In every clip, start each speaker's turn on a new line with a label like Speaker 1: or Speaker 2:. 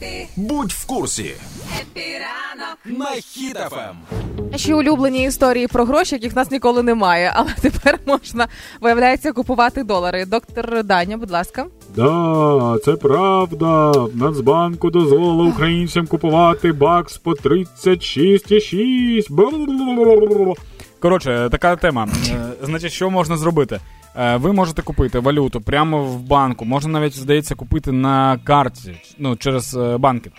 Speaker 1: Епі,
Speaker 2: Будь в курсі
Speaker 1: епі ранок.
Speaker 2: на хітафем.
Speaker 3: Ще улюблені історії про гроші, яких в нас ніколи немає, але тепер можна виявляється купувати долари. Доктор Даня, будь ласка.
Speaker 4: Да, це правда. Нацбанку дозволило українцям купувати бакс по 36,6. Бу-бу-бу-бу-бу-бу.
Speaker 5: Коротше, така тема. Е, Значить, що можна зробити? Е, Ви можете купити валюту прямо в банку. Можна навіть, здається, купити на карті, ну, через е, банки.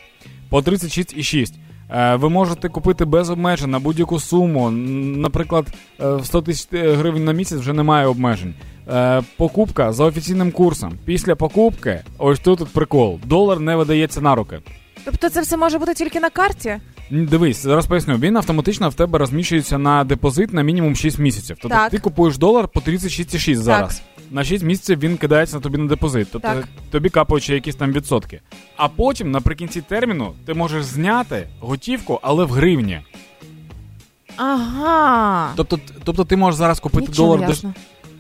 Speaker 5: По 36,6. Е, Ви можете купити без обмежень на будь-яку суму. Н- Наприклад, е, в 100 тисяч гривень на місяць вже немає обмежень. Е, Покупка за офіційним курсом. Після покупки, ось тут от прикол. Долар не видається на руки.
Speaker 3: Тобто це все може бути тільки на карті?
Speaker 5: М, Дивись, зараз поясню. Він автоматично в тебе розміщується на депозит на мінімум 6 місяців. Тобто
Speaker 3: Так.
Speaker 5: ти купуєш долар по 36,6 зараз. На 6 місяців він кидається на тобі на депозит. Тобто
Speaker 3: Так.
Speaker 5: тобі капають ще якісь там відсотки. А потім, наприкінці терміну, ти можеш зняти готівку, але в гривні.
Speaker 3: Ага.
Speaker 5: Тобто, т- тобто ти можеш зараз купити
Speaker 3: Нічого
Speaker 5: долар до
Speaker 3: ясно.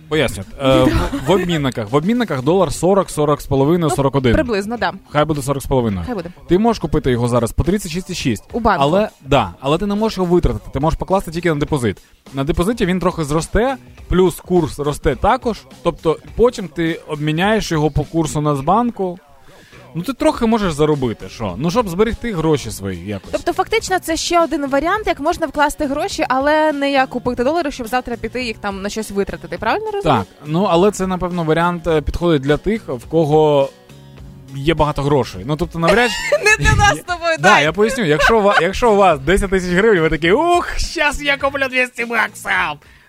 Speaker 5: поясню. Е, в, в обмінниках. В обмінниках долар 40, 40,5, 41.
Speaker 3: Ну, Приблизно, да.
Speaker 5: Хай буде 40,5.
Speaker 3: Хай буде.
Speaker 5: Ти можеш купити його зараз по 36,6.
Speaker 3: У банку.
Speaker 5: Але да, але ти не можеш його витратити. Ти можеш покласти тільки на депозит. На депозиті він трохи зросте, плюс курс росте також. Тобто потім ти обміняєш його по курсу Нацбанку. Ну ти трохи можеш заробити, що? Ну щоб зберегти гроші свої якось.
Speaker 3: Тобто, фактично, це ще один варіант, як можна вкласти гроші, але не як купити долари, щоб завтра піти їх там на щось витратити. Правильно розумію?
Speaker 5: Так, ну але це напевно варіант е, підходить для тих, в кого є багато грошей. Ну тобто, навряд чи-
Speaker 3: Не для нас з тобою,
Speaker 5: Да,
Speaker 3: дай.
Speaker 5: я поясню, якщо, ва- якщо у вас 10 тисяч гривень, ви такі, ух, щас я куплю 200 баксів,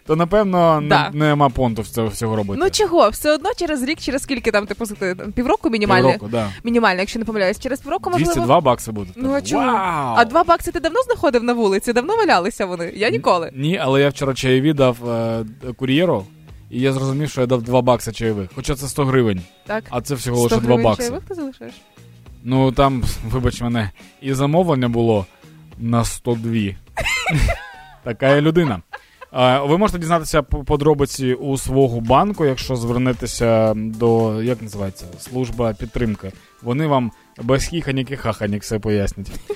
Speaker 5: то напевно не-
Speaker 3: Да.
Speaker 5: нема понту в цього всього робити.
Speaker 3: Ну чого, все одно через рік, через скільки там ти посити півроку мінімально?
Speaker 5: Півроку, да.
Speaker 3: Мінімально, якщо не помиляюсь, через півроку можливо.
Speaker 5: 202 бакси буде.
Speaker 3: Ну а
Speaker 5: Вау!
Speaker 3: чому? А два бакси ти давно знаходив на вулиці? Давно валялися вони? Я ніколи.
Speaker 5: Ні, але я вчора чаєві дав е, кур'єру, і я зрозумів, що я дав 2 бакси чаєвих. Хоча це 100 гривень,
Speaker 3: Так.
Speaker 5: а це всього
Speaker 3: 100
Speaker 5: лише 2
Speaker 3: гривень
Speaker 5: бакси.
Speaker 3: чайових ти залишаєш?
Speaker 5: Ну там, вибач мене, і замовлення було на 102. Така я людина. Е, Ви можете дізнатися п- подробиці у свого банку, якщо звернетеся до як називається служба підтримки. Вони вам без хіханік і хаханік все пояснять.